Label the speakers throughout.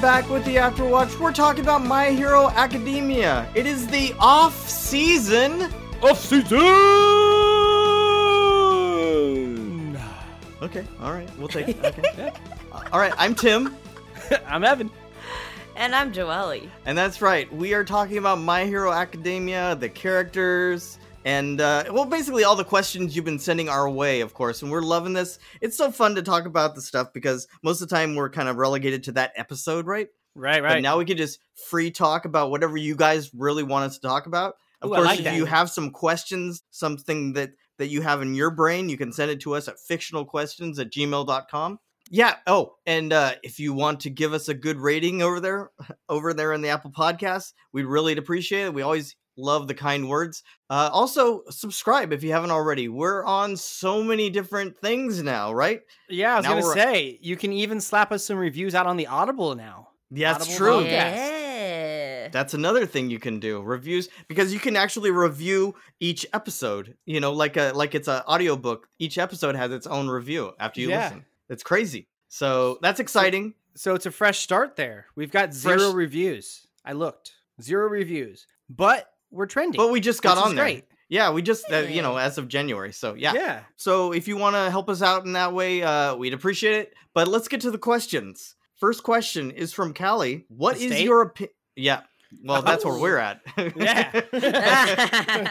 Speaker 1: back with the Afterwatch. We're talking about My Hero Academia. It is the off season.
Speaker 2: Off season.
Speaker 1: Okay, all right, we'll take it. Okay. All right, I'm Tim,
Speaker 2: I'm Evan.
Speaker 3: And I'm Joelle.
Speaker 1: and that's right. We are talking about My Hero Academia, the characters, and uh, well, basically all the questions you've been sending our way, of course. And we're loving this. It's so fun to talk about the stuff because most of the time we're kind of relegated to that episode, right?
Speaker 2: Right,
Speaker 1: But
Speaker 2: right.
Speaker 1: now we can just free talk about whatever you guys really want us to talk about. Of
Speaker 2: Ooh, I
Speaker 1: course,
Speaker 2: like
Speaker 1: if
Speaker 2: that.
Speaker 1: you have some questions, something that that you have in your brain, you can send it to us at fictionalquestions at gmail.com. Yeah. Oh, and uh, if you want to give us a good rating over there, over there in the Apple Podcasts, we'd really appreciate it. We always love the kind words. Uh, also, subscribe if you haven't already. We're on so many different things now, right?
Speaker 2: yeah, I was
Speaker 1: now
Speaker 2: gonna
Speaker 1: we're-
Speaker 2: say you can even slap us some reviews out on the Audible now.
Speaker 1: Yeah, that's
Speaker 2: Audible
Speaker 1: true.
Speaker 2: Podcast.
Speaker 3: Oh, Yeah.
Speaker 1: That's another thing you can do. Reviews because you can actually review each episode, you know, like a like it's an audiobook. Each episode has its own review after you
Speaker 2: Yeah.
Speaker 1: listen. It's crazy. So that's exciting.
Speaker 2: So it's a fresh start there. We've got zero
Speaker 1: Fresh-
Speaker 2: reviews. I looked zero reviews, but we're trending.
Speaker 1: But we just got
Speaker 2: which is
Speaker 1: on there.
Speaker 2: Great.
Speaker 1: Yeah, we just uh, you
Speaker 3: Hey.
Speaker 1: know, as of January. So yeah.
Speaker 2: yeah.
Speaker 1: So if you want to help us out in that way, uh we'd appreciate it. But let's get to the questions. First question is from Callie. What
Speaker 2: The
Speaker 1: is
Speaker 2: state? Oh.
Speaker 1: your opinion? Yeah. Well, that's where
Speaker 3: Ooh.
Speaker 1: we're at.
Speaker 2: Yeah.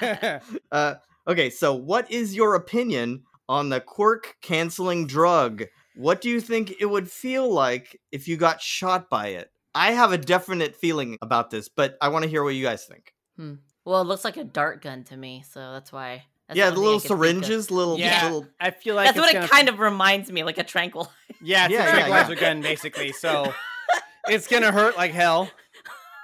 Speaker 1: Uh, okay, so what is your opinion on the quirk canceling drug? What do you think it would feel like if you got shot by it? I have a definite feeling about this, but I want to hear what you guys think.
Speaker 3: well, it looks like a dart gun to me, so that's why. That's
Speaker 1: yeah,
Speaker 3: only
Speaker 1: the
Speaker 3: thing I
Speaker 1: little
Speaker 3: could think of.
Speaker 1: syringes, little,
Speaker 2: Yeah.
Speaker 1: little.
Speaker 2: I feel like
Speaker 3: That's
Speaker 2: it's
Speaker 3: what
Speaker 2: gonna-
Speaker 3: it kind of reminds me, like a tranquil.
Speaker 2: Yeah, it's
Speaker 1: Yeah,
Speaker 2: a
Speaker 1: yeah,
Speaker 2: tranquilizer
Speaker 1: yeah.
Speaker 2: gun basically. So it's gonna hurt like hell.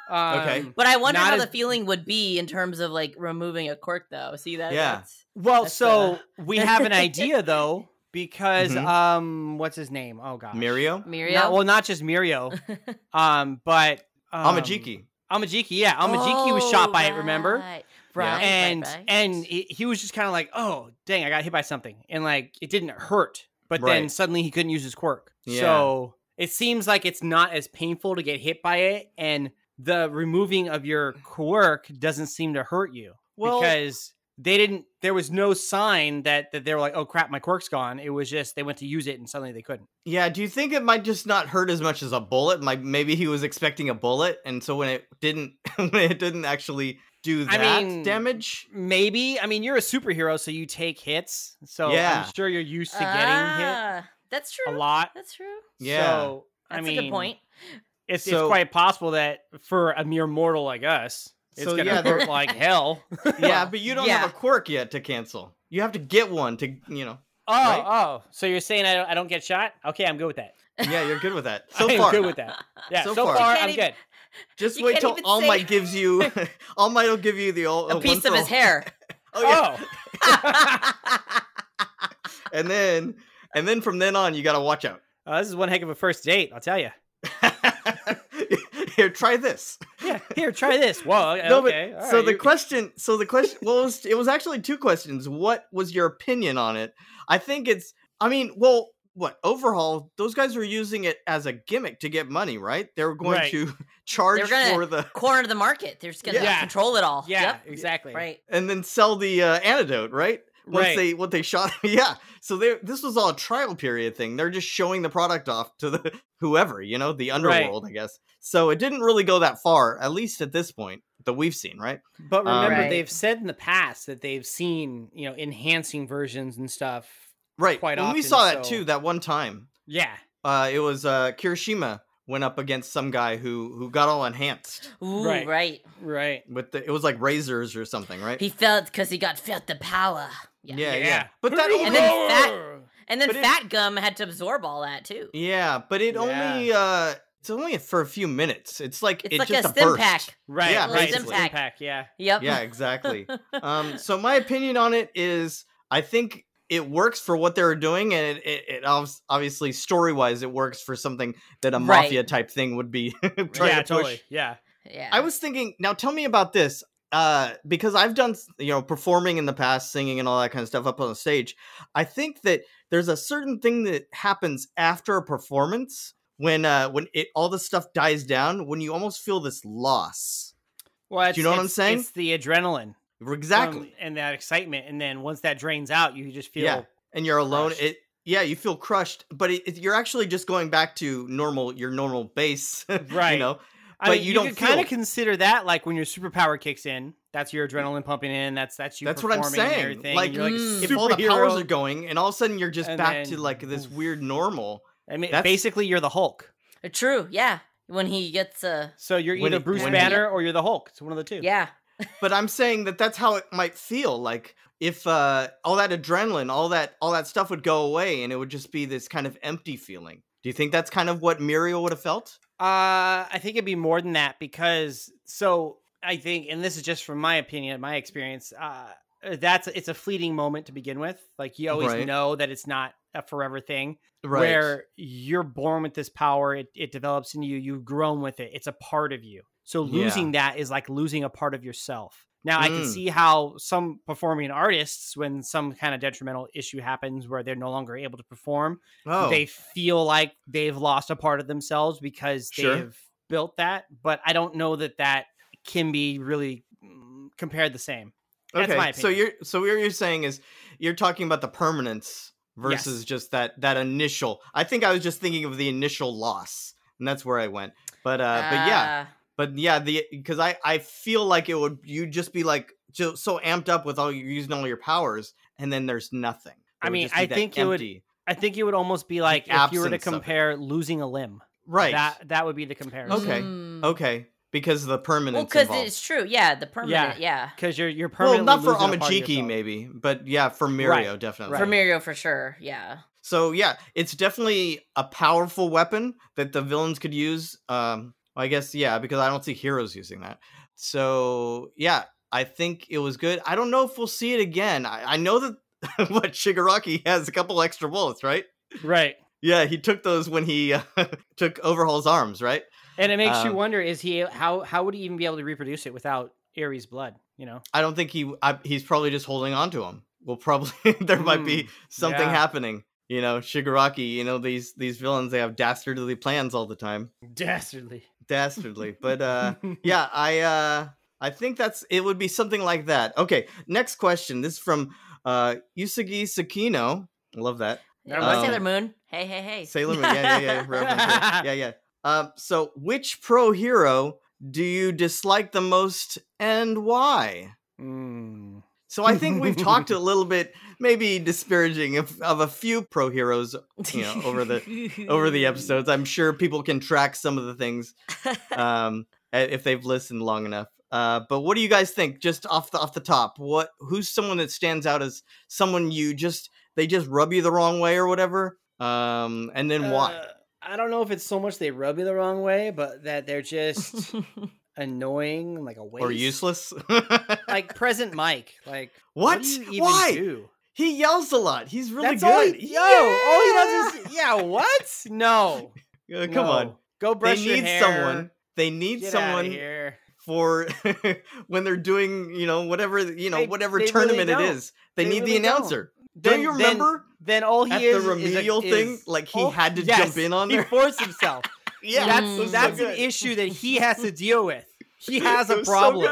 Speaker 2: Um,
Speaker 1: Okay.
Speaker 3: But I wonder
Speaker 2: Not
Speaker 3: how
Speaker 2: as-
Speaker 3: the feeling would be in terms of like removing a cork, though. See that?
Speaker 1: Yeah.
Speaker 3: that's-
Speaker 2: Well,
Speaker 3: That's,
Speaker 2: so
Speaker 3: uh,
Speaker 2: we have an idea though, because
Speaker 1: Mhm.
Speaker 2: um, what's his name? Oh God,
Speaker 1: Mirio?
Speaker 3: Mirio.
Speaker 2: Not, well, not just Mirio, um, but um,
Speaker 1: Amajiki.
Speaker 2: Amajiki, yeah, Amajiki was shot by it.
Speaker 3: Oh,
Speaker 2: Remember?
Speaker 3: Right.
Speaker 1: Yeah.
Speaker 3: Right,
Speaker 2: and
Speaker 3: right, right.
Speaker 2: and he, he was just kind of like, oh dang, I got hit by something, and like it didn't hurt, but then
Speaker 1: Right.
Speaker 2: suddenly he couldn't use his quirk.
Speaker 1: Yeah.
Speaker 2: So it seems like it's not as painful to get hit by it, and the removing of your quirk doesn't seem to hurt you
Speaker 1: Well-
Speaker 2: because they didn't. There was no sign that that they were like, oh crap, my quirk's gone. It was just they went to use it and suddenly they couldn't.
Speaker 1: Yeah, do you think it might just not hurt as much as a bullet? Like maybe he was expecting a bullet, and so when it didn't, when it didn't actually do
Speaker 2: I
Speaker 1: that
Speaker 2: mean,
Speaker 1: damage.
Speaker 2: Maybe I mean you're a superhero, so you take hits. So
Speaker 1: Yeah.
Speaker 2: I'm sure you're used to getting
Speaker 3: Ah, That's
Speaker 2: hit a
Speaker 3: true.
Speaker 2: lot.
Speaker 3: That's true.
Speaker 1: Yeah.
Speaker 2: So, I
Speaker 3: That's
Speaker 2: mean,
Speaker 3: a good point.
Speaker 2: it's,
Speaker 1: So-
Speaker 2: it's quite possible that for a mere mortal like us, it's
Speaker 1: So,
Speaker 2: gonna
Speaker 1: yeah,
Speaker 2: hurt like hell. oh,
Speaker 1: yeah, but you don't have
Speaker 3: yeah.
Speaker 1: a quirk yet to cancel. You have to get one to, you know. Right?
Speaker 2: oh, so you're saying I don't, I don't get shot? Okay, I'm good with that.
Speaker 1: Yeah, you're good with that. So
Speaker 2: I'm
Speaker 1: far,
Speaker 2: good with that. Yeah,
Speaker 1: So
Speaker 2: so,
Speaker 1: far.
Speaker 2: far,
Speaker 3: You can't
Speaker 2: I'm
Speaker 3: even-
Speaker 2: good.
Speaker 1: just
Speaker 3: You
Speaker 1: wait
Speaker 3: can't
Speaker 1: till
Speaker 3: even
Speaker 1: All
Speaker 3: say-
Speaker 1: Might gives you. All Might will give you the old
Speaker 3: A piece of his hair.
Speaker 1: Oh yeah,
Speaker 2: Oh,
Speaker 1: and then and then from then on, you gotta watch out.
Speaker 2: oh, this is one heck of a first date, I'll tell you.
Speaker 1: Here, try this.
Speaker 2: Yeah, here, try this. Whoa, okay. all right,
Speaker 1: so the
Speaker 2: you-
Speaker 1: question, so the question, well, it was, it was actually two questions. What was your opinion on it? I think it's. I mean, well, what overhaul? Those guys were using it as a gimmick to get money, right? They were going
Speaker 2: Right.
Speaker 1: to charge
Speaker 3: gonna-
Speaker 1: for the
Speaker 3: Corner of the market. They're just gonna
Speaker 2: Yeah.
Speaker 3: control it all.
Speaker 2: yeah,
Speaker 3: Yep.
Speaker 2: exactly.
Speaker 3: Right.
Speaker 1: and then sell the uh, antidote, right? Once
Speaker 2: Right.
Speaker 1: they what they shot, yeah. So they this was all a trial period thing. They're just showing the product off to the whoever, you know, the underworld, I guess. So it didn't really go that far, at least at this point that we've seen, right? Um,
Speaker 2: But remember,
Speaker 3: Right.
Speaker 2: they've said in the past that they've seen you know enhancing versions and stuff.
Speaker 1: Right.
Speaker 2: Quite
Speaker 1: when we
Speaker 2: often,
Speaker 1: saw that
Speaker 2: so-
Speaker 1: too, that one time,
Speaker 2: Yeah,
Speaker 1: uh, it was uh, Kirishima went up against some guy who who got all enhanced
Speaker 3: Ooh,
Speaker 2: Right.
Speaker 3: right.
Speaker 2: right.
Speaker 1: with the, it was like razors or something, right?
Speaker 3: He felt because he got felt the power. Yeah.
Speaker 1: Yeah, yeah. But that
Speaker 3: And then
Speaker 2: Hurrah!
Speaker 3: fat- And then
Speaker 1: But it-
Speaker 3: Fat Gum had to absorb all that too.
Speaker 1: yeah, but it
Speaker 2: Yeah.
Speaker 1: only uh, it's only for a few minutes. It's like
Speaker 3: It's
Speaker 1: it's
Speaker 3: like
Speaker 1: just
Speaker 3: a
Speaker 1: a
Speaker 3: stim
Speaker 1: burst.
Speaker 3: pack.
Speaker 2: Right,
Speaker 1: Yeah,
Speaker 2: right.
Speaker 1: basically.
Speaker 2: it's an impact, yeah.
Speaker 3: Yep.
Speaker 1: yeah exactly um so my opinion on it is i think it works for what they were doing and it, it, it obv- obviously story-wise it works for something that a
Speaker 3: Right.
Speaker 1: mafia type thing would be trying
Speaker 2: yeah,
Speaker 1: to push
Speaker 2: totally. Yeah.
Speaker 3: yeah.
Speaker 1: i was thinking now tell me about this uh because i've done s- you know performing in the past singing and all that kind of stuff up on the stage i think that there's a certain thing that happens after a performance when uh when it all the stuff dies down when you almost feel this loss
Speaker 2: Well,
Speaker 1: Do you know
Speaker 2: it's-
Speaker 1: what I'm
Speaker 2: it's-
Speaker 1: saying?
Speaker 2: It's the adrenaline,
Speaker 1: exactly
Speaker 2: um, and that excitement, and then once that drains out, you just feel.
Speaker 1: Yeah. and you're alone
Speaker 2: crushed.
Speaker 1: it yeah you feel crushed but it, it- you're actually just going back to normal your normal base you
Speaker 2: Right.
Speaker 1: know
Speaker 2: I
Speaker 1: But
Speaker 2: mean,
Speaker 1: you don't
Speaker 2: could kind
Speaker 1: feel-
Speaker 2: of consider that like when your superpower kicks in. That's your adrenaline pumping in. That's that's you.
Speaker 1: That's what I'm
Speaker 2: performing and
Speaker 1: saying.
Speaker 2: everything,
Speaker 1: Like,
Speaker 2: and you're like a
Speaker 3: mm,
Speaker 1: if all the powers
Speaker 2: superhero.
Speaker 1: are going and all of a sudden you're just
Speaker 2: And
Speaker 1: back
Speaker 2: then
Speaker 1: to like this
Speaker 2: oof.
Speaker 1: weird normal
Speaker 2: I mean,
Speaker 1: that's-
Speaker 2: basically, you're the Hulk.
Speaker 3: Uh, True. Yeah. When he gets uh
Speaker 2: So you're
Speaker 1: When
Speaker 2: either
Speaker 1: it-
Speaker 2: Bruce
Speaker 1: when it-
Speaker 2: Banner or you're the Hulk. It's one of the two.
Speaker 3: yeah.
Speaker 1: but i'm saying that that's how it might feel like if uh all that adrenaline all that all that stuff would go away and it would just be this kind of empty feeling do you think that's kind of what muriel would have felt
Speaker 2: Uh, I think it'd be more than that because so I think, and this is just from my opinion, my experience. Uh, that's it's a fleeting moment to begin with. Like you always
Speaker 1: Right.
Speaker 2: know that it's not a forever thing. Where youhere born with this power, it, it develops in you. You've grown with it. It's a part of you. So
Speaker 1: Yeah.
Speaker 2: losing that is like losing a part of yourself. Now I can
Speaker 1: Mm.
Speaker 2: see how some performing artists, when some kind of detrimental issue happens where they're no longer able to perform,
Speaker 1: oh
Speaker 2: they feel like they've lost a part of themselves because
Speaker 1: Sure.
Speaker 2: they've built that. But I don't know that that can be really mm, compared the same. That's
Speaker 1: okay
Speaker 2: my
Speaker 1: so
Speaker 2: opinion.
Speaker 1: you're so what you're saying is you're talking about the permanence versus just that that initial i think i was just thinking of the initial loss and that's where i went but uh but yeah
Speaker 2: Ah.
Speaker 1: but yeah the because i i feel like it would you'd just be like so, so amped up with all you're using all your powers and then there's nothing
Speaker 2: I
Speaker 1: It would
Speaker 2: mean,
Speaker 1: just be
Speaker 2: I
Speaker 1: that
Speaker 2: think it would-
Speaker 1: empty.
Speaker 2: I think it would almost be like if you were
Speaker 1: absence of
Speaker 2: to
Speaker 1: it.
Speaker 2: compare losing a limb.
Speaker 1: right
Speaker 2: That that would be the comparison.
Speaker 1: okay.
Speaker 3: Mm.
Speaker 1: okay because of the permanence
Speaker 3: Well, because
Speaker 1: involved.
Speaker 3: it's true. Yeah. The permanent. Yeah.
Speaker 2: Because you're you're
Speaker 1: well
Speaker 2: permanently
Speaker 1: not for
Speaker 2: losing a part of
Speaker 1: amajiki
Speaker 2: yourself.
Speaker 1: maybe but yeah for mirio definitely
Speaker 3: For Mirio, for sure. Yeah.
Speaker 1: so yeah it's definitely a powerful weapon that the villains could use um i guess yeah because i don't see heroes using that so yeah i think it was good i don't know if we'll see it again i, I know that what shigaraki has a couple extra bullets right
Speaker 2: Right.
Speaker 1: yeah he took those when he uh, took overhaul's arms right
Speaker 2: And it makes you
Speaker 1: Um,
Speaker 2: wonder: Is he how how would he even be able to reproduce it without Ares' blood? You know,
Speaker 1: i don't think he I, he's probably just holding on to him well probably there might be something
Speaker 2: yeah.
Speaker 1: happening you know shigaraki you know these these villains they have dastardly plans all the time
Speaker 2: dastardly.
Speaker 1: dastardly but uh yeah i uh i think that's it would be something like that okay next question this is from uh yusugi sakino I love that
Speaker 3: yeah
Speaker 2: Um,
Speaker 3: Sailor Moon. Hey, hey, hey.
Speaker 1: sailor moon yeah yeah yeah reference here. yeah yeah um so which pro hero do you dislike the most and why
Speaker 2: Mm.
Speaker 1: so i think we've talked a little bit maybe disparaging of, of a few pro heroes you know, over
Speaker 3: the
Speaker 1: over the episodes i'm sure people can track some of the things um, i- if they've listened long enough. Uh, but what do you guys think? Just off the off the top, what who's someone that stands out as someone you just they just rub you the wrong way or whatever? Um, and then why?
Speaker 2: Uh, I don't know if it's so much they rub you the wrong way, but that they're just annoying, like a waste.
Speaker 1: Or useless?
Speaker 2: Like present Mike. Like
Speaker 1: what?
Speaker 2: do you even
Speaker 1: Why?
Speaker 2: do?
Speaker 1: He yells a lot. He's really
Speaker 2: That's
Speaker 1: good.
Speaker 2: all. He, yo, all he does is yeah. What? No.
Speaker 1: Yeah. Uh, come on.
Speaker 2: no. Go brush
Speaker 1: they
Speaker 2: your
Speaker 1: need
Speaker 2: hair.
Speaker 1: someone. They need
Speaker 2: Get outta
Speaker 1: someone
Speaker 2: here.
Speaker 1: for when they're doing you know whatever you know
Speaker 2: They-
Speaker 1: whatever
Speaker 2: they really
Speaker 1: tournament it
Speaker 2: don't.
Speaker 1: is. They,
Speaker 2: They
Speaker 1: need
Speaker 2: really
Speaker 1: the
Speaker 2: don't.
Speaker 1: announcer. Don't you remember?
Speaker 2: Then, all he
Speaker 1: at
Speaker 2: is
Speaker 1: the remedial
Speaker 2: is a,
Speaker 1: thing,
Speaker 2: is-
Speaker 1: like he
Speaker 2: oh,
Speaker 1: had to
Speaker 2: yes,
Speaker 1: jump in on
Speaker 2: He
Speaker 1: there.
Speaker 2: forced himself.
Speaker 1: Yeah,
Speaker 3: That's-
Speaker 1: it was so
Speaker 2: That's an
Speaker 1: good.
Speaker 2: issue that he has to deal with. He has
Speaker 1: It
Speaker 2: a
Speaker 1: was
Speaker 2: problem.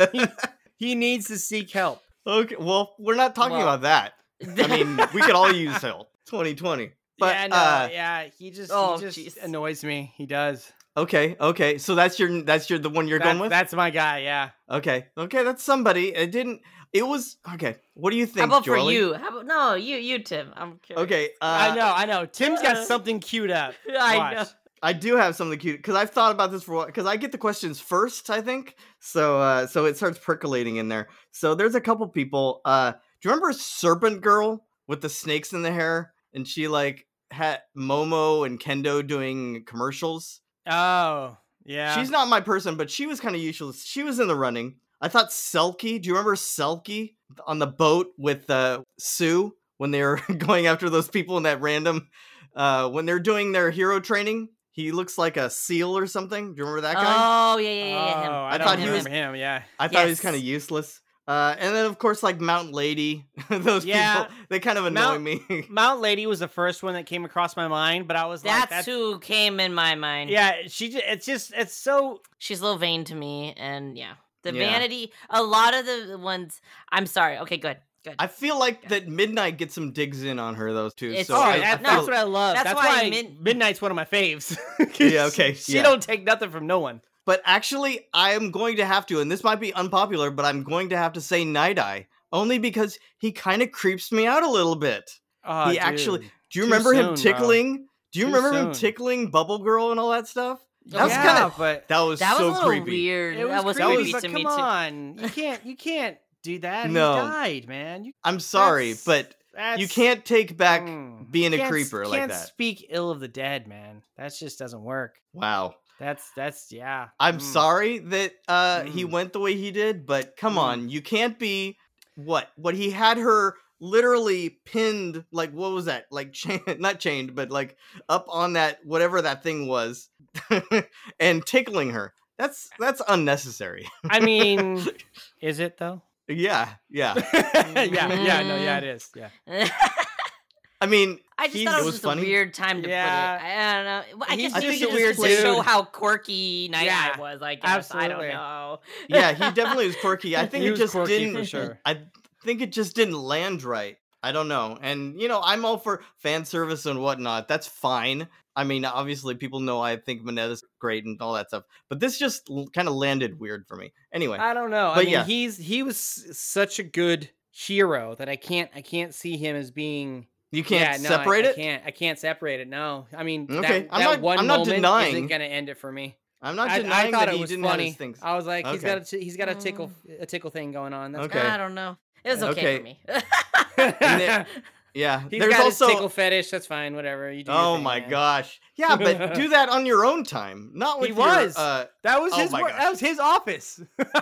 Speaker 1: So good.
Speaker 2: He needs to seek help.
Speaker 1: Okay, well, we're not talking
Speaker 2: Well-
Speaker 1: about that. I mean, we could all use help. 2020. But
Speaker 2: yeah, no,
Speaker 1: uh,
Speaker 2: yeah, he just
Speaker 3: oh,
Speaker 2: he just
Speaker 3: jeez.
Speaker 2: annoys me. He does.
Speaker 1: okay, okay. So that's your that's your the one you're
Speaker 2: That-
Speaker 1: going with.
Speaker 2: That's my guy. Yeah.
Speaker 1: okay, okay. That's somebody. It didn't. It was okay. What do you
Speaker 3: How
Speaker 1: think,
Speaker 3: about for
Speaker 1: Joely?
Speaker 3: you? How about no, you, you, Tim. I'm curious.
Speaker 1: Okay, uh,
Speaker 2: I know. I know. Tim's got
Speaker 3: uh,
Speaker 2: something queued up.
Speaker 3: I
Speaker 2: Watch.
Speaker 3: know.
Speaker 1: I do have something cute because I've thought about this for a while because I get the questions first, I think. So uh so it starts percolating in there. So there's a couple people. Uh do you remember Serpent Girl with the snakes in the hair? And she like had Momo and Kendo doing commercials.
Speaker 2: Oh, yeah.
Speaker 1: She's not my person, but she was kind of useless. She was in the running. I thought Selkie. Do you remember Selkie on the boat with uh Sue when they were going after those people in that random uh when they're doing their hero training? He looks like a seal or something. Do you remember that guy?
Speaker 3: Oh yeah, yeah, yeah. yeah, him.
Speaker 2: Oh, I,
Speaker 1: I
Speaker 2: don't
Speaker 1: thought
Speaker 2: thought
Speaker 1: he
Speaker 2: remember
Speaker 1: was-
Speaker 2: him. Yeah.
Speaker 1: I thought he was
Speaker 3: yes.
Speaker 1: kind of useless. Uh, and then of course like Mount Lady, those
Speaker 2: Yeah.
Speaker 1: people they kind of annoy
Speaker 2: Mount-
Speaker 1: me.
Speaker 2: Mount Lady was the first one that came across my mind, but I was
Speaker 3: That's,
Speaker 2: like, that's
Speaker 3: who came in my mind.
Speaker 2: yeah, she. ju- It's just, it's so.
Speaker 3: she's a little vain to me, and yeah, the
Speaker 1: Yeah.
Speaker 3: vanity. A lot of the ones. I'm sorry. Okay, good, good.
Speaker 1: I feel like that Midnight gets some digs in on her though too.
Speaker 3: It's-
Speaker 1: so
Speaker 2: oh,
Speaker 1: I, I
Speaker 2: that-
Speaker 1: feel-
Speaker 2: that's what I love.
Speaker 3: that's
Speaker 2: That's,
Speaker 3: why
Speaker 2: why,
Speaker 3: Mid-
Speaker 2: Midnight's one of my faves.
Speaker 1: Yeah, okay,
Speaker 2: She
Speaker 1: yeah.
Speaker 2: don't take nothing from no one.
Speaker 1: But actually, I am going to have to, and this might be unpopular, but I'm going to have to say Night Eye only because he kind of creeps me out a little bit.
Speaker 2: Oh,
Speaker 1: He actually- Do you
Speaker 2: Too
Speaker 1: remember him
Speaker 2: soon, bro.
Speaker 1: tickling? Do you
Speaker 2: Too
Speaker 1: remember him
Speaker 2: soon.
Speaker 1: tickling Bubble Girl and all that stuff? That was
Speaker 3: Yeah.
Speaker 1: kinda-
Speaker 2: but
Speaker 1: That was
Speaker 3: that was
Speaker 1: so
Speaker 3: a little
Speaker 1: creepy.
Speaker 3: weird.
Speaker 2: it was
Speaker 3: that was
Speaker 2: creepy,
Speaker 3: creepy
Speaker 2: but
Speaker 3: to
Speaker 2: come
Speaker 3: me too.
Speaker 2: on, you can't, you can't do that.
Speaker 1: No.
Speaker 2: He died, man. You,
Speaker 1: I'm sorry,
Speaker 2: That's-
Speaker 1: but
Speaker 2: that's,
Speaker 1: you can't take back
Speaker 2: mm.
Speaker 1: being a
Speaker 2: Can't s-
Speaker 1: creeper like
Speaker 2: can't
Speaker 1: that.
Speaker 2: Speak ill of the dead, man. That just doesn't work.
Speaker 1: Wow.
Speaker 2: That's that's yeah.
Speaker 1: I'm
Speaker 2: Mm.
Speaker 1: sorry that uh he
Speaker 2: Mm.
Speaker 1: went the way he did, but come
Speaker 2: Mm.
Speaker 1: on, you can't be what what he had her literally pinned like what was that? Like chain not chained, but like up on that whatever that thing was and tickling her. That's that's unnecessary.
Speaker 2: I mean, is it though?
Speaker 1: yeah, yeah.
Speaker 2: yeah, yeah, no, yeah, it is. Yeah.
Speaker 1: I mean,
Speaker 3: I just
Speaker 1: he-
Speaker 3: thought
Speaker 1: it
Speaker 3: it was,
Speaker 1: was
Speaker 3: just
Speaker 1: funny.
Speaker 3: a weird time to
Speaker 2: Yeah.
Speaker 3: put it. I don't know. Well, I
Speaker 2: He's
Speaker 3: guess
Speaker 1: just
Speaker 3: maybe
Speaker 1: a
Speaker 3: it was
Speaker 1: weird
Speaker 3: just to show
Speaker 2: dude.
Speaker 3: how quirky Night
Speaker 2: Yeah,
Speaker 3: Eye was. I guess I don't
Speaker 2: absolutely.
Speaker 3: know.
Speaker 1: yeah, he definitely was quirky. I think
Speaker 2: He
Speaker 1: it
Speaker 2: was
Speaker 1: just
Speaker 2: quirky
Speaker 1: didn't
Speaker 2: for sure.
Speaker 1: I think it just didn't land right. I don't know. And you know, I'm all for fan service and whatnot. That's fine. I mean, obviously people know I think Minetta's great and all that stuff. But this just kind of landed weird for me. Anyway,
Speaker 2: I don't know. I
Speaker 1: But
Speaker 2: mean,
Speaker 1: yeah.
Speaker 2: he's he was s- such a good hero that I can't I can't see him as being
Speaker 1: you can't
Speaker 2: yeah, no, I-
Speaker 1: separate
Speaker 2: I,
Speaker 1: it.
Speaker 2: can't I can't separate it. No, I mean that-
Speaker 1: Okay,
Speaker 2: that,
Speaker 1: I'm not-
Speaker 2: one
Speaker 1: I'm not
Speaker 2: moment
Speaker 1: denying.
Speaker 2: isn't gonna end it for me.
Speaker 1: I'm not
Speaker 2: I-
Speaker 1: denying
Speaker 2: I, thought
Speaker 1: that
Speaker 2: it
Speaker 1: he
Speaker 2: was
Speaker 1: didn't have
Speaker 2: funny. Oh,
Speaker 1: his things.
Speaker 2: I was like, he's
Speaker 1: Okay.
Speaker 2: got a t- he's got a tickle a tickle thing going on. That's
Speaker 1: Okay.
Speaker 3: I don't know. It was okay,
Speaker 1: Okay.
Speaker 3: for me.
Speaker 1: And Yeah.
Speaker 2: He's
Speaker 1: There's
Speaker 2: got
Speaker 1: also
Speaker 2: his tickle fetish. That's fine. Whatever. You do your
Speaker 1: Oh
Speaker 2: thing,
Speaker 1: my
Speaker 2: man.
Speaker 1: gosh. Yeah, but do that on your own time. Not with
Speaker 2: He
Speaker 1: your,
Speaker 2: was.
Speaker 1: uh,
Speaker 2: That was
Speaker 1: Oh
Speaker 2: his.
Speaker 1: my
Speaker 2: wor-
Speaker 1: gosh.
Speaker 2: that was his office.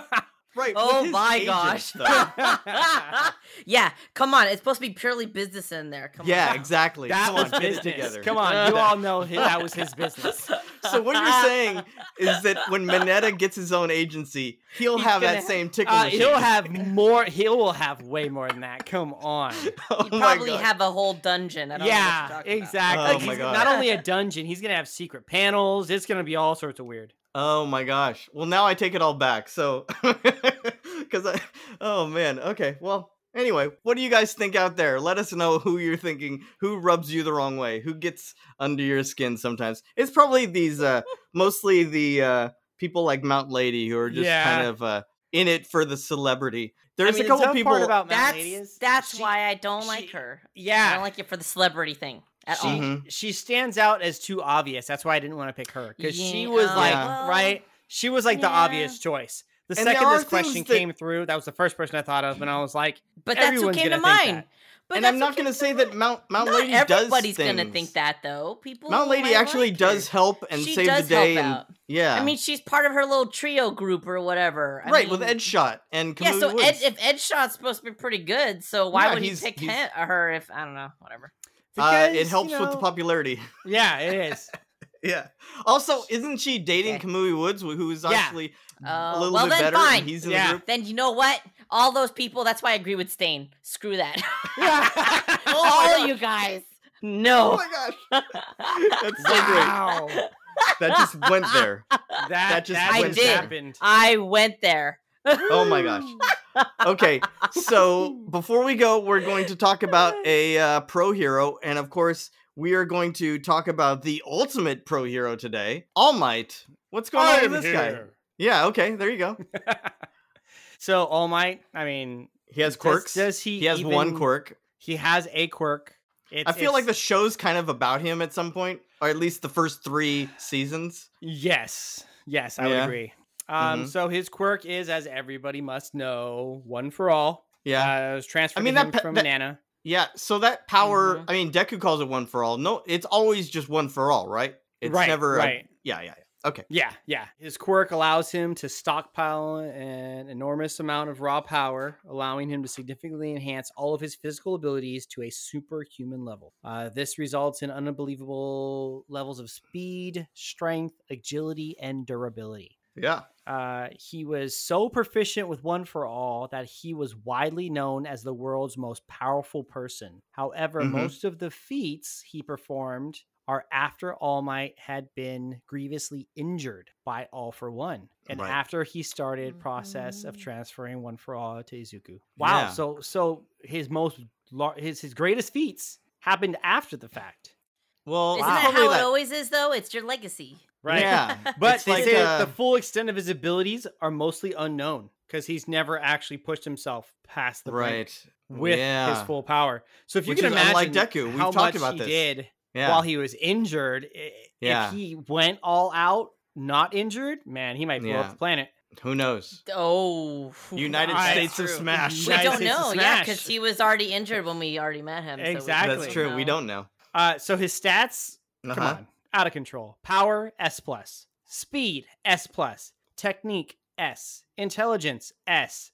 Speaker 1: right. with
Speaker 3: oh
Speaker 1: his
Speaker 3: my
Speaker 1: agent
Speaker 3: gosh.
Speaker 1: stuff.
Speaker 3: yeah, come on. It's supposed to be purely business in there. Come
Speaker 1: yeah,
Speaker 3: on.
Speaker 1: exactly.
Speaker 2: that
Speaker 1: Come
Speaker 2: was
Speaker 1: on, get it
Speaker 2: business.
Speaker 1: together.
Speaker 2: Come on, you all know hi- that was his business.
Speaker 1: So what you're saying is that when Mineta gets his own agency, he'll
Speaker 2: He's
Speaker 1: have
Speaker 2: gonna
Speaker 1: that
Speaker 2: ha-
Speaker 1: same tickle.
Speaker 2: Uh,
Speaker 1: machine.
Speaker 2: he'll have more. He will have way more than that. Come on.
Speaker 1: Oh
Speaker 3: You
Speaker 1: my
Speaker 3: probably
Speaker 1: God.
Speaker 3: have a whole dungeon. I don't know
Speaker 2: yeah,
Speaker 3: what you're talking about.
Speaker 2: exactly.
Speaker 1: Oh
Speaker 2: Like,
Speaker 1: my
Speaker 2: he's
Speaker 1: God.
Speaker 2: not only a dungeon, he's gonna have secret panels. It's gonna be all sorts of weird.
Speaker 1: Oh my gosh. Well, now I take it all back. So, because I, oh man. Okay. Well, anyway, what do you guys think out there? Let us know who you're thinking, who rubs you the wrong way, who gets under your skin sometimes. It's probably these, uh, mostly the uh, people like Mount Lady who are just kind
Speaker 2: Yeah.
Speaker 1: of uh, in it for the celebrity. There's
Speaker 2: I mean,
Speaker 1: a
Speaker 2: the
Speaker 1: couple
Speaker 2: tough
Speaker 1: people.
Speaker 2: part about Mount Lady
Speaker 3: That's
Speaker 2: is
Speaker 3: that's
Speaker 2: she-
Speaker 3: why I don't like
Speaker 2: she-
Speaker 3: her. I
Speaker 2: Yeah,
Speaker 3: don't like it for the celebrity thing at
Speaker 2: she,
Speaker 3: all.
Speaker 1: Mhm.
Speaker 2: she stands out as too obvious. That's why I didn't want to pick her because she
Speaker 3: Yeah,
Speaker 2: was like
Speaker 1: Yeah.
Speaker 3: well,
Speaker 2: right. She was like the
Speaker 3: yeah.
Speaker 2: obvious choice. The
Speaker 1: And there
Speaker 2: second
Speaker 1: are
Speaker 2: this
Speaker 1: things
Speaker 2: question
Speaker 1: that- Uh,
Speaker 2: came through, that was the first person I thought of, and I was like,
Speaker 3: But that's who
Speaker 2: Everyone's
Speaker 3: came to
Speaker 2: gonna think
Speaker 3: mind.
Speaker 2: that.
Speaker 3: But
Speaker 1: and I'm
Speaker 3: that's who
Speaker 1: not going to
Speaker 3: came
Speaker 1: say
Speaker 3: mind.
Speaker 1: that Mount Mount
Speaker 3: Not
Speaker 1: Lady does
Speaker 3: everybody's gonna
Speaker 1: things.
Speaker 3: think that though. People.
Speaker 1: Mount Lady
Speaker 3: might
Speaker 1: actually
Speaker 3: like
Speaker 1: does
Speaker 3: her.
Speaker 1: help and
Speaker 3: She
Speaker 1: save
Speaker 3: does
Speaker 1: the day.
Speaker 3: help
Speaker 1: and-
Speaker 3: out.
Speaker 1: yeah,
Speaker 3: I mean, she's part of her little trio group or whatever. I
Speaker 1: right
Speaker 3: mean,
Speaker 1: with Ed Shot and
Speaker 3: Yeah,
Speaker 1: Kamui
Speaker 3: so Ed,
Speaker 1: Woods.
Speaker 3: if Ed Shot's supposed to be pretty good, so why
Speaker 1: Yeah,
Speaker 3: would he
Speaker 1: he's-
Speaker 3: pick
Speaker 1: he's-
Speaker 3: him, her if I don't know, whatever.
Speaker 1: uh,
Speaker 2: because,
Speaker 1: it
Speaker 2: you
Speaker 1: helps with the
Speaker 2: know-
Speaker 1: popularity.
Speaker 2: Yeah, it is.
Speaker 1: yeah. Also, isn't she dating
Speaker 3: Okay.
Speaker 1: Kamui Woods, wh- who is
Speaker 2: Yeah.
Speaker 1: actually a
Speaker 3: Oh,
Speaker 1: little
Speaker 3: well
Speaker 1: bit
Speaker 3: then
Speaker 1: better?
Speaker 3: fine.
Speaker 1: And he's in
Speaker 2: Yeah.
Speaker 1: the group.
Speaker 3: Then you know what? All those people. That's why I agree with Stain. Screw that.
Speaker 1: Oh my
Speaker 3: All
Speaker 1: God.
Speaker 3: you guys.
Speaker 1: Oh
Speaker 3: No.
Speaker 1: my gosh, that's so great.
Speaker 2: wow,
Speaker 1: That just went there.
Speaker 2: that,
Speaker 1: just
Speaker 2: that
Speaker 3: I
Speaker 2: just
Speaker 3: did.
Speaker 2: happened.
Speaker 3: I went there.
Speaker 1: Oh my gosh. Okay, so before we go, we're going to talk about a uh, pro hero, and of course, we are going to talk about the ultimate pro hero today, All Might. What's going on with this guy? Yeah, okay, there you go.
Speaker 2: So All Might, I mean,
Speaker 1: He has
Speaker 2: does-
Speaker 1: quirks.
Speaker 2: Does, he?
Speaker 1: he has one
Speaker 2: even-
Speaker 1: quirk.
Speaker 2: He has a quirk. It's,
Speaker 1: I feel like the
Speaker 2: it's-
Speaker 1: show's kind of about him at some point, or at least the first three seasons.
Speaker 2: Yes, yes, I would
Speaker 1: Yeah.
Speaker 2: agree. Um,
Speaker 1: Mhm.
Speaker 2: so his quirk is, as everybody must know, one for all. Uh,
Speaker 1: Yeah,
Speaker 2: it was transferred
Speaker 1: I mean,
Speaker 2: to
Speaker 1: that
Speaker 2: him
Speaker 1: pe-
Speaker 2: from
Speaker 1: that-
Speaker 2: Nana.
Speaker 1: yeah. So that power,
Speaker 2: mm-hmm.
Speaker 3: Mhm.
Speaker 1: I mean, Deku calls it one for all. No, it's always just one for all, right? It's
Speaker 2: right,
Speaker 1: never. a-
Speaker 2: right.
Speaker 1: yeah, yeah,
Speaker 2: Yeah, yeah. His quirk allows him to stockpile an enormous amount of raw power, allowing him to significantly enhance all of his physical abilities to a superhuman level. Uh, this results in unbelievable levels of speed, strength, agility, and durability.
Speaker 1: Yeah.
Speaker 2: Uh, he was so proficient with One for All that he was widely known as the world's most powerful person. However,
Speaker 1: Mhm.
Speaker 2: most of the feats he performed are after All Might had been grievously injured by All for One, and
Speaker 1: Right.
Speaker 2: after he started process of
Speaker 3: Mhm.
Speaker 2: transferring One for All to Izuku. Wow!
Speaker 1: Yeah.
Speaker 2: So, so his most lar- his his greatest feats happened after the fact,
Speaker 1: Well,
Speaker 3: Isn't
Speaker 1: it's
Speaker 3: that
Speaker 1: probably
Speaker 3: how
Speaker 1: like-
Speaker 3: it always is, though? It's your legacy.
Speaker 2: right?
Speaker 1: Yeah.
Speaker 2: But
Speaker 1: It's
Speaker 2: they
Speaker 1: like,
Speaker 2: say that
Speaker 1: uh,
Speaker 2: the full extent of his abilities are mostly unknown because he's never actually pushed himself past the brink
Speaker 1: right.
Speaker 2: with his
Speaker 1: Yeah.
Speaker 2: full power. So if you
Speaker 1: Which
Speaker 2: can
Speaker 1: is
Speaker 2: imagine,
Speaker 1: unlike Deku. We've
Speaker 2: how
Speaker 1: talked
Speaker 2: much
Speaker 1: about
Speaker 2: he
Speaker 1: this.
Speaker 2: did
Speaker 1: Yeah.
Speaker 2: while he was injured, i-
Speaker 1: Yeah.
Speaker 2: if he went all out, not injured, man, he might blow
Speaker 1: Yeah.
Speaker 2: up the planet.
Speaker 1: Who knows?
Speaker 3: Oh,
Speaker 1: United
Speaker 2: That's
Speaker 1: States of
Speaker 3: true.
Speaker 1: Smash.
Speaker 3: We
Speaker 2: United
Speaker 3: don't
Speaker 2: States of
Speaker 3: know, yeah,
Speaker 2: Smash.
Speaker 3: because he was already injured when we already met him. so we
Speaker 2: Exactly.
Speaker 3: don't
Speaker 1: That's true. We
Speaker 3: know.
Speaker 1: don't know.
Speaker 2: Uh, so his stats Come
Speaker 1: Uh-huh.
Speaker 2: on. Out of control. Power S plus. Speed S plus. Technique S. Intelligence S.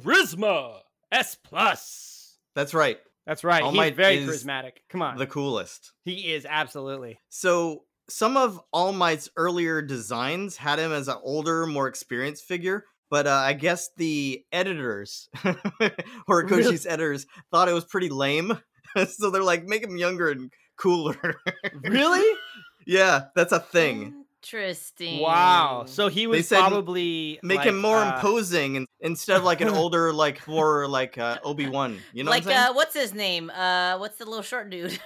Speaker 2: Charisma S plus.
Speaker 1: That's right.
Speaker 2: That's right.
Speaker 1: All
Speaker 2: He's
Speaker 1: Might
Speaker 2: very
Speaker 1: is
Speaker 2: charismatic. Come on.
Speaker 1: The coolest.
Speaker 2: he is absolutely.
Speaker 1: So some of All Might's earlier designs had him as an older, more experienced figure, but uh, I guess the editors, Horikoshi's editors, thought it was pretty lame. so they're like, make him younger and cooler.
Speaker 2: Really?
Speaker 1: yeah, that's a thing.
Speaker 3: Interesting.
Speaker 2: wow. So he was
Speaker 1: said m-
Speaker 2: probably
Speaker 1: Make
Speaker 2: like,
Speaker 1: him more
Speaker 2: uh,
Speaker 1: imposing and, instead of like an older, like more like uh, Obi Wan. You know
Speaker 3: like,
Speaker 1: what I'm saying?
Speaker 3: uh, what's his name? Uh, what's the little short dude? His,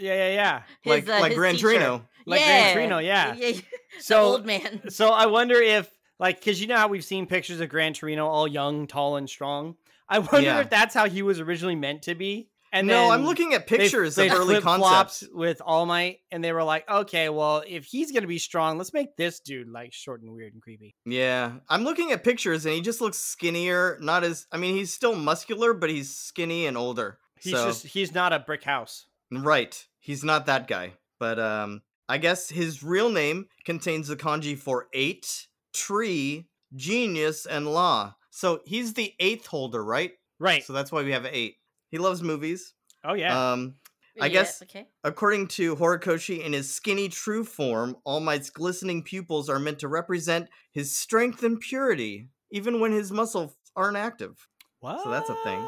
Speaker 2: Yeah, yeah, yeah.
Speaker 1: like
Speaker 3: uh,
Speaker 1: like
Speaker 3: his
Speaker 1: Gran
Speaker 3: teacher.
Speaker 1: Torino.
Speaker 2: Like
Speaker 3: yeah.
Speaker 2: Gran Torino, yeah.
Speaker 3: yeah. the
Speaker 2: So
Speaker 3: old man.
Speaker 2: so I wonder if like cuz you know how we've seen pictures of Gran Torino all young, tall and strong. I wonder
Speaker 1: Yeah.
Speaker 2: if that's how he was originally meant to be. And
Speaker 1: no, I'm
Speaker 2: then-
Speaker 1: looking at
Speaker 2: they-
Speaker 1: pictures
Speaker 2: they
Speaker 1: of early
Speaker 2: flip-flopped
Speaker 1: concepts.
Speaker 2: with All Might, and they were like, okay, well, if he's gonna be strong, let's make this dude like short and weird and creepy.
Speaker 1: Yeah, I'm looking at pictures and he just looks skinnier. Not as I mean, he's still muscular, but he's skinny and older.
Speaker 2: He's
Speaker 1: so
Speaker 2: just he's not a brick house.
Speaker 1: right, he's not that guy. But um, I guess his real name contains the kanji for eight, tree, genius, and law. So he's the eighth holder, right?
Speaker 2: Right.
Speaker 1: So that's why we have eight. He loves movies.
Speaker 2: oh yeah.
Speaker 1: Um, I
Speaker 3: Yeah,
Speaker 1: guess-
Speaker 3: Okay.
Speaker 1: According to Horikoshi, in his skinny true form, All Might's glistening pupils are meant to represent his strength and purity, even when his muscles aren't active.
Speaker 2: what?
Speaker 1: uh, so that's a thing.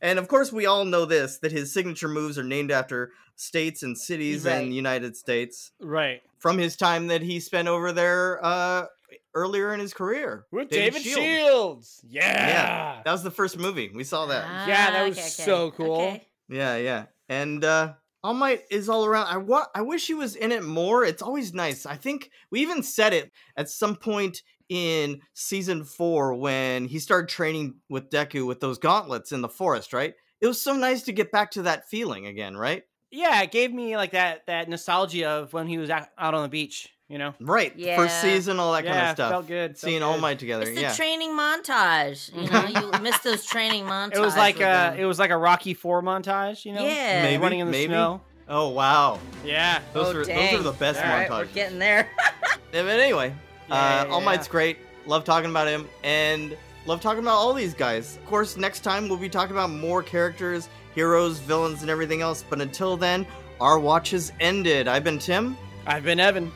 Speaker 1: And of course, we all know this that his signature moves are named after states and cities in
Speaker 3: Right.
Speaker 1: the United States
Speaker 2: Right.
Speaker 1: from his time that he spent over there uh, earlier in his career.
Speaker 2: With
Speaker 1: David
Speaker 2: David,
Speaker 1: Shield.
Speaker 2: Shields. Yeah.
Speaker 1: That was the first movie. We saw that.
Speaker 2: Yeah, that
Speaker 3: Ah,
Speaker 2: was so cool.
Speaker 3: okay.
Speaker 1: Yeah, yeah. And uh All Might is all around. I want I wish he was in it more. It's always nice. I think we even said it at some point in season 4 when he started training with Deku with those gauntlets in the forest, right? It was so nice to get back to that feeling again, right?
Speaker 2: Yeah, it gave me like that that nostalgia of when he was out out on the beach. You know.
Speaker 1: Right. First
Speaker 3: Yeah.
Speaker 1: season, all that
Speaker 2: yeah,
Speaker 1: kind of
Speaker 2: it
Speaker 1: stuff.
Speaker 2: Felt good. felt
Speaker 1: Seeing All
Speaker 2: good.
Speaker 1: Might together.
Speaker 3: It's the
Speaker 1: yeah.
Speaker 3: training montage. You know, you miss those training montages.
Speaker 2: It was like
Speaker 3: with
Speaker 2: uh,
Speaker 3: him.
Speaker 2: it was like a Rocky Four montage. You know.
Speaker 3: Yeah.
Speaker 1: Maybe,
Speaker 2: Running in the
Speaker 1: maybe. Uh,
Speaker 2: snow.
Speaker 1: oh wow.
Speaker 2: Yeah.
Speaker 1: Those
Speaker 3: Oh,
Speaker 1: are those
Speaker 3: dang.
Speaker 1: are the best
Speaker 2: All right,
Speaker 1: montages.
Speaker 3: we're getting there.
Speaker 1: Yeah, but anyway, uh,
Speaker 2: Yeah,
Speaker 1: All
Speaker 2: yeah,
Speaker 1: Might's great. Love talking about him and love talking about all these guys. Of course, next time we'll be talking about more characters, heroes, villains, and everything else. But until then, our watch has ended. I've been Tim.
Speaker 2: I've been Evan.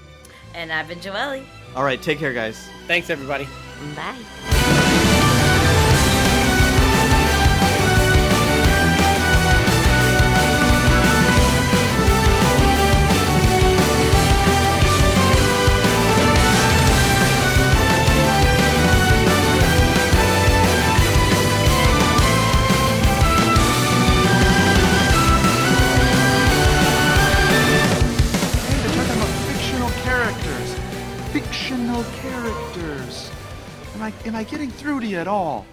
Speaker 3: and I've been Joelle.
Speaker 1: All right, take care, guys.
Speaker 2: Thanks everybody.
Speaker 3: Bye.
Speaker 4: Hey, they're talking about fictional characters. Fictional characters. Am I am I getting through to you at all?